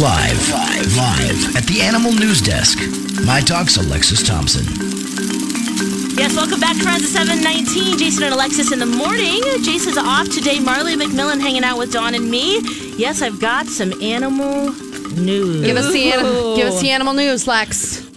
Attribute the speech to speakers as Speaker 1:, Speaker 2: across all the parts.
Speaker 1: Live, live, live at the Animal News Desk. My talk's Alexis Thompson.
Speaker 2: Yes, welcome back, friends. It's 719. Jason and Alexis in the morning. Jason's off today. Marley McMillan hanging out with Dawn and me. Yes, I've got some animal news.
Speaker 3: Give us the ani- give us the animal news, Lex.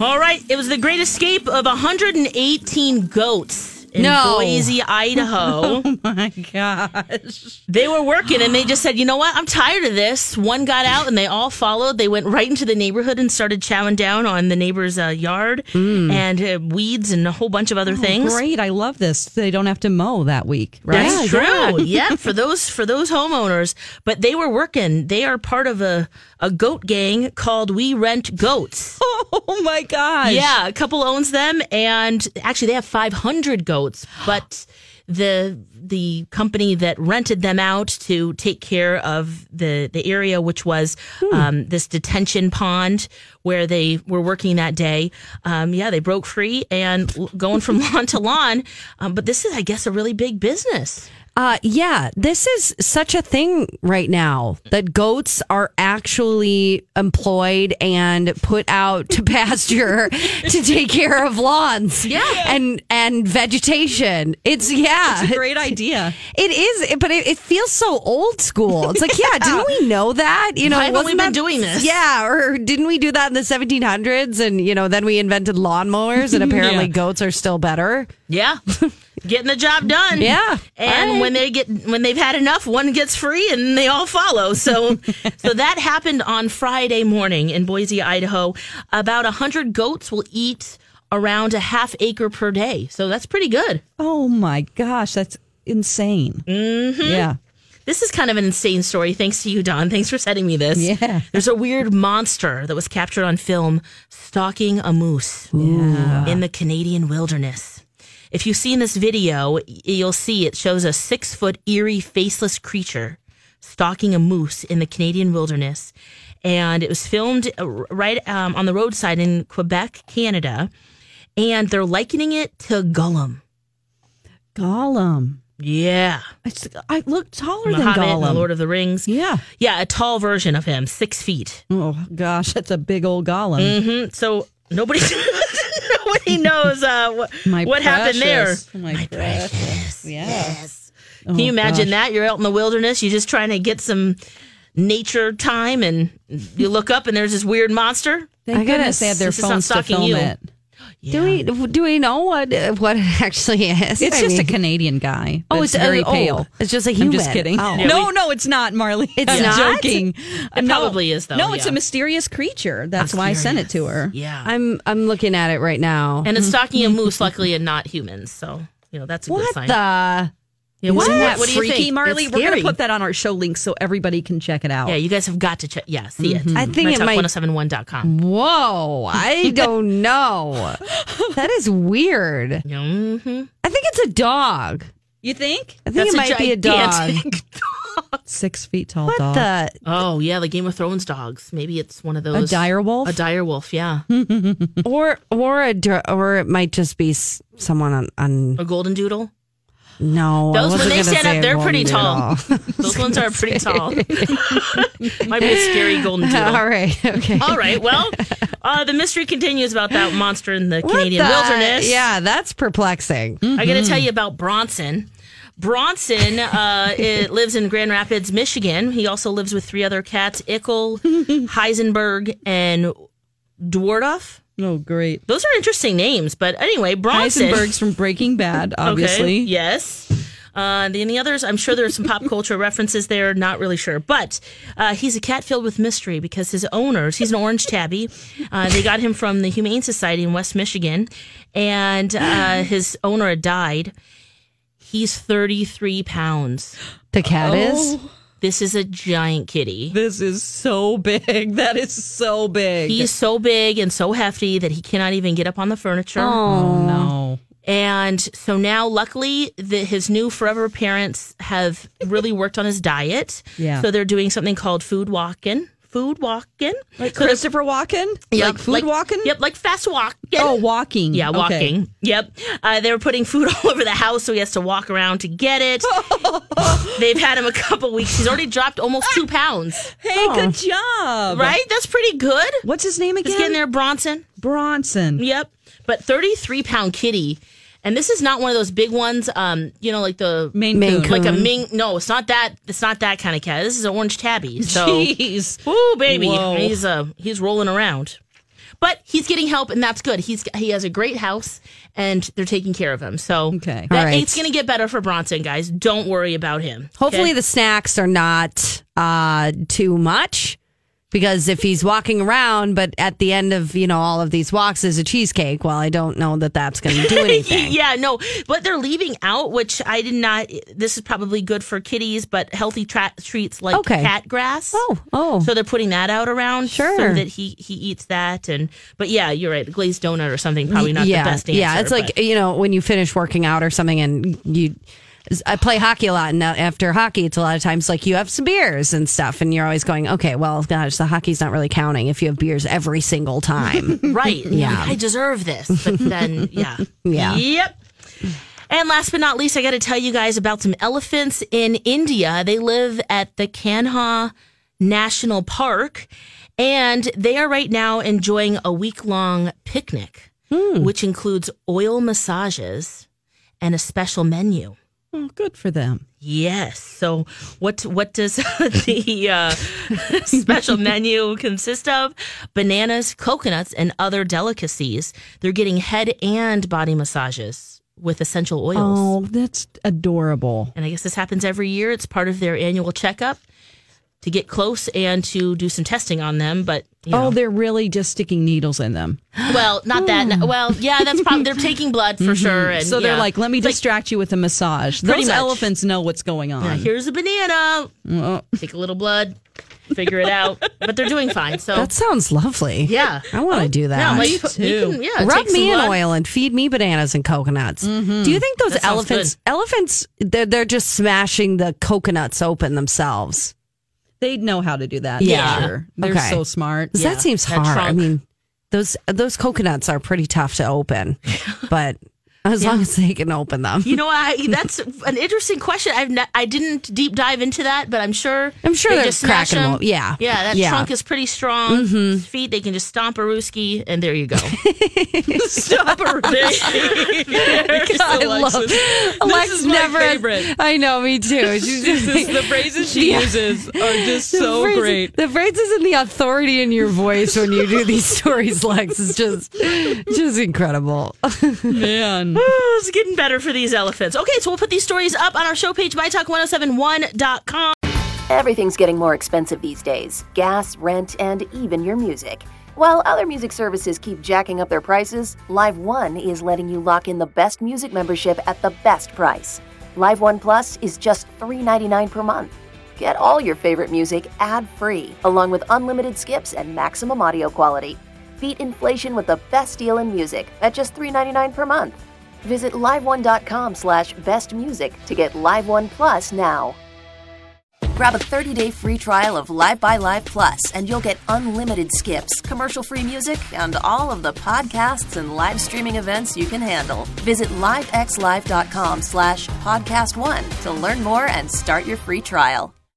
Speaker 2: All right, it was the great escape of 118 goats in
Speaker 3: No.
Speaker 2: Boise, Idaho.
Speaker 4: My gosh.
Speaker 2: they were working and they just said, you know what? I'm tired of this. One got out and they all followed. They went right into the neighborhood and started chowing down on the neighbor's uh, yard and uh, weeds and a whole bunch of other things.
Speaker 4: Great. I love this. They don't have to mow that week, right?
Speaker 2: That's true. Yeah. for those for those homeowners, but they were working. They are part of a a goat gang called We Rent Goats.
Speaker 4: Oh my gosh.
Speaker 2: Yeah, a couple owns them, and actually they have 500 goats, but the the company that rented them out to take care of the the area, which was um, this detention pond where they were working that day. Um, yeah, they broke free and l- going from lawn to lawn. Um, but this is, I guess, a really big business.
Speaker 3: Uh, yeah, this is such a thing right now that goats are actually employed and put out to pasture to take care of lawns, yeah, and and vegetation. It's yeah,
Speaker 4: It's a great idea.
Speaker 3: it is, it- but it, it feels so old school. It's like, yeah, didn't we know that? You know,
Speaker 2: Why haven't we
Speaker 3: wasn't
Speaker 2: been
Speaker 3: that-
Speaker 2: doing this?
Speaker 3: Yeah, or didn't we do that in the 1700s? And you know, then we invented lawnmowers, and apparently goats are still better.
Speaker 2: Yeah. Getting the job done.
Speaker 3: Yeah.
Speaker 2: And
Speaker 3: All right.
Speaker 2: when they get when they've had enough, one gets free and they all follow. So so that happened on Friday morning in Boise, Idaho. About 100 goats will eat around a half acre per day. So that's pretty good.
Speaker 4: Oh my gosh. That's insane. Mm-hmm. Yeah.
Speaker 2: This is kind of an insane story. Thanks to you, Don. Thanks for sending me this.
Speaker 4: Yeah.
Speaker 2: There's a weird monster that was captured on film stalking a moose in the Canadian wilderness. If you've seen this video, y- you'll see it shows a six foot eerie faceless creature stalking a moose in the Canadian wilderness. And it was filmed uh, r- right um, on the roadside in Quebec, Canada. And they're likening it to Gollum.
Speaker 4: Gollum.
Speaker 2: Yeah.
Speaker 4: It's, I look taller
Speaker 2: Muhammad,
Speaker 4: than
Speaker 2: in the
Speaker 4: Gollum.
Speaker 2: Lord of the Rings.
Speaker 4: yeah.
Speaker 2: Yeah, a tall version of him, six feet.
Speaker 4: Oh gosh, that's a big old Gollum.
Speaker 2: Mm-hmm. So nobody, nobody knows uh, wh-
Speaker 4: My
Speaker 2: what happened there.
Speaker 3: Oh
Speaker 4: precious. Oh My, precious. Yeah.
Speaker 2: Yes. Can you imagine that? You're out in the wilderness. You're just trying to get some nature time, and you look up, and there's this weird monster.
Speaker 4: Thank
Speaker 3: I gotta
Speaker 4: goodness they had their
Speaker 2: this is not
Speaker 4: phones to
Speaker 2: stalking
Speaker 4: film
Speaker 2: you.
Speaker 4: it.
Speaker 3: Do we do we know what what it actually is?
Speaker 4: It's
Speaker 3: I
Speaker 4: just a
Speaker 3: mean-
Speaker 4: Canadian guy.
Speaker 3: Oh,
Speaker 4: that's
Speaker 3: it's-
Speaker 4: very
Speaker 3: oh, oh,
Speaker 4: pale.
Speaker 3: it's just a
Speaker 4: I'm just
Speaker 3: human.
Speaker 4: kidding.
Speaker 3: Oh. Yeah,
Speaker 4: no, no, it's not, Marley.
Speaker 3: It's
Speaker 4: I'm
Speaker 3: not?
Speaker 4: joking.
Speaker 2: It
Speaker 4: No.
Speaker 2: probably is, though,
Speaker 4: No, it's
Speaker 2: yeah.
Speaker 4: a mysterious creature. That's why I sent it to her.
Speaker 2: Yeah.
Speaker 3: I'm I'm looking at it right now.
Speaker 2: and it's stalking a moose, luckily, and not humans. So you know that's a good
Speaker 3: what
Speaker 2: sign.
Speaker 3: the?
Speaker 2: yeah, what?
Speaker 4: Isn't that
Speaker 2: what do you
Speaker 4: freaky,
Speaker 2: think?
Speaker 4: Marley?
Speaker 2: It's
Speaker 4: We're going
Speaker 2: scary.
Speaker 4: to put that on our show link so everybody can check it out.
Speaker 2: Yeah, you guys have got to check. Yeah, see it.
Speaker 3: Mm-hmm. I think it might-
Speaker 2: 1071.com.
Speaker 3: Whoa! I don't know. That is weird.
Speaker 2: Mm-hmm.
Speaker 3: Mm. I think it's a dog.
Speaker 4: You think?
Speaker 3: I think it might be a dog.
Speaker 4: Six feet tall
Speaker 3: What
Speaker 4: dog.
Speaker 3: the?
Speaker 2: Oh yeah, the Game of Thrones dogs. Maybe it's one of
Speaker 4: a
Speaker 2: those
Speaker 4: dire wolf?
Speaker 2: A dire wolf, yeah.
Speaker 3: Hmm. Or or a dr- or it might just be s- someone on, on
Speaker 2: A golden doodle.
Speaker 3: no. I
Speaker 2: Those, when
Speaker 3: wasn't
Speaker 2: they
Speaker 3: gonna
Speaker 2: stand
Speaker 3: say
Speaker 2: up,
Speaker 3: a
Speaker 2: they're pretty
Speaker 3: golden
Speaker 2: tall.
Speaker 3: doodle.
Speaker 2: Those ones are pretty tall. Might be a scary golden
Speaker 3: All
Speaker 2: doodle.
Speaker 3: right. Okay.
Speaker 2: All right. Well, uh, the mystery continues about that monster in the
Speaker 3: What
Speaker 2: Canadian
Speaker 3: the- Mm-hmm.
Speaker 2: wilderness.
Speaker 3: Yeah, that's perplexing.
Speaker 2: I got to tell you about Bronson. Bronson uh, it lives in Grand Rapids, Michigan. He also lives with three other cats: Ickle, Heisenberg, and Dwardoff.
Speaker 4: Oh, great.
Speaker 2: Those are interesting names, but anyway, Bronson.
Speaker 4: Heisenberg's from Breaking Bad, obviously.
Speaker 2: Okay. Yes. Uh, and the others, I'm sure there's some pop culture references there. Not really sure, but uh, he's a cat filled with mystery because his owners, he's an orange tabby. Uh, they got him from the Humane Society in West Michigan, and uh, his owner had died. He's 33 pounds.
Speaker 3: The
Speaker 2: Oh.
Speaker 3: cat is.
Speaker 2: This is a giant kitty.
Speaker 4: This is so big. That is so big.
Speaker 2: He's so big and so hefty that he cannot even get up on the furniture.
Speaker 4: oh, no.
Speaker 2: And so now, luckily, the, his new forever parents have really worked on his diet.
Speaker 4: Yeah.
Speaker 2: So they're doing something called food walking. Food walking.
Speaker 4: Like Christopher Walken? like food walking?
Speaker 2: Yep, like fast walking.
Speaker 4: Oh, walking.
Speaker 2: Yeah,
Speaker 4: Okay.
Speaker 2: walking. Yep. Uh, they were putting food all over the house, so he has to walk around to get it. They've had him a couple weeks. He's already dropped almost two pounds,
Speaker 4: Hey, good job.
Speaker 2: right? That's pretty good.
Speaker 4: What's his name
Speaker 2: He's
Speaker 4: again?
Speaker 2: getting there, Bronson.
Speaker 4: Bronson.
Speaker 2: Yep. But 33 pound kitty. And this is not one of those big ones, um, you know, like the
Speaker 4: Maine Coon.
Speaker 3: Maine Coon.
Speaker 2: like a Ming. No, it's not that. It's not that kind of cat. This is an orange tabby. So,
Speaker 4: Jeez.
Speaker 2: ooh, baby,
Speaker 4: Whoa.
Speaker 2: he's uh, he's rolling around, but he's getting help, and that's good. He's he has a great house, and they're taking care of him. So,
Speaker 4: Okay.
Speaker 2: that,
Speaker 3: All right.
Speaker 2: it's gonna get better for Bronson, guys. Don't worry about him.
Speaker 3: Hopefully
Speaker 2: okay?
Speaker 3: the snacks are not uh, too much because if he's walking around, but at the end of you know all of these walks is a cheesecake. Well, I don't know that that's going to do anything.
Speaker 2: Yeah, no, but they're leaving out, which I did not. This is probably good for kitties, but healthy tra- treats like
Speaker 3: Okay.
Speaker 2: cat grass.
Speaker 3: Oh, oh.
Speaker 2: So they're putting that out around, so
Speaker 3: Sure.
Speaker 2: that he he eats that. And but yeah, you're right. Glazed donut or something probably not
Speaker 3: yeah,
Speaker 2: the best answer.
Speaker 3: yeah. It's like
Speaker 2: but-
Speaker 3: you know when you finish working out or something, and you. I play hockey a lot, and now after hockey, it's a lot of times like you have some beers and stuff, and you're always going, okay, well, gosh, the hockey's not really counting if you have beers every single time.
Speaker 2: right. Yeah, I deserve this. But then yeah,
Speaker 3: Yeah.
Speaker 2: yep. And last but not least, I got to tell you guys about some elephants in India. They live at the Kanha National Park, and they are right now enjoying a week long picnic, which includes oil massages and a special menu.
Speaker 4: Oh, good for them.
Speaker 2: Yes. So, what what does the uh, special menu consist of? Bananas, coconuts, and other delicacies. They're getting head and body massages with essential oils.
Speaker 4: Oh, that's adorable.
Speaker 2: And I guess this happens every year. It's part of their annual checkup to get close and to do some testing on them. But you
Speaker 4: Oh,
Speaker 2: know,
Speaker 4: they're really just sticking needles in them.
Speaker 2: well, not that. Well, yeah, that's probably they're taking blood for sure. And
Speaker 4: Mm-hmm. So they're
Speaker 2: yeah.
Speaker 4: like, let me distract you with a massage.
Speaker 2: Pretty
Speaker 4: Those
Speaker 2: much.
Speaker 4: elephants know what's going
Speaker 2: Yeah,
Speaker 4: on.
Speaker 2: here's a banana. Take a little blood, figure it out. But they're doing fine. So
Speaker 3: that sounds lovely.
Speaker 2: Yeah.
Speaker 3: I want to do that.
Speaker 2: No, but you, you
Speaker 4: too.
Speaker 2: can, yeah,
Speaker 3: Rub
Speaker 2: take some
Speaker 3: me in
Speaker 2: blood.
Speaker 3: oil and feed me bananas and coconuts. Do you think those
Speaker 2: That sounds
Speaker 3: elephants elephants they're, they're just smashing the coconuts open themselves?
Speaker 4: They know how to do that.
Speaker 3: Yeah.
Speaker 4: for Sure. They're
Speaker 3: Okay.
Speaker 4: so smart.
Speaker 3: 'Cause
Speaker 2: Yeah,
Speaker 3: that seems
Speaker 2: that
Speaker 3: hard. I
Speaker 2: trunk.
Speaker 3: mean, those those coconuts are pretty tough to open, but as long as they can open them.
Speaker 2: You know, I, that's an interesting question. I've not, I didn't deep dive into that, but I'm sure
Speaker 3: I'm sure
Speaker 2: they
Speaker 3: they're
Speaker 2: just smash
Speaker 3: cracking 'em
Speaker 2: them.
Speaker 3: open. Yeah.
Speaker 2: yeah, Mm-hmm. that
Speaker 3: Yeah.
Speaker 2: trunk is pretty strong. Feet, they can just stomp a rooski, and there you go.
Speaker 4: Stop
Speaker 3: I love Alex
Speaker 4: is my
Speaker 3: never.
Speaker 4: favorite.
Speaker 3: I know, me too. She's just like-
Speaker 4: the phrases she
Speaker 3: Yeah.
Speaker 4: uses are just so
Speaker 3: phrases-
Speaker 4: great.
Speaker 3: The phrases and the authority in your voice when you do these stories, Lex, is just just incredible.
Speaker 4: Man.
Speaker 2: Oh, it's getting better for these elephants. Okay, so we'll put these stories up on our show page, mytalk1071.com.
Speaker 5: Everything's getting more expensive these days gas, rent, and even your music. While other music services keep jacking up their prices, Live One is letting you lock in the best music membership at the best price. Live One Plus is just $3.99 per month. Get all your favorite music ad free, along with unlimited skips and maximum audio quality. Beat inflation with the best deal in music at just $3.99 per month. Visit liveone.com slash bestmusic to get Live One Plus now. Grab a 30-day free trial of Live by Live Plus, and you'll get unlimited skips, commercial-free music, and all of the podcasts and live streaming events you can handle. Visit livexlive.com slash podcast one to learn more and start your free trial.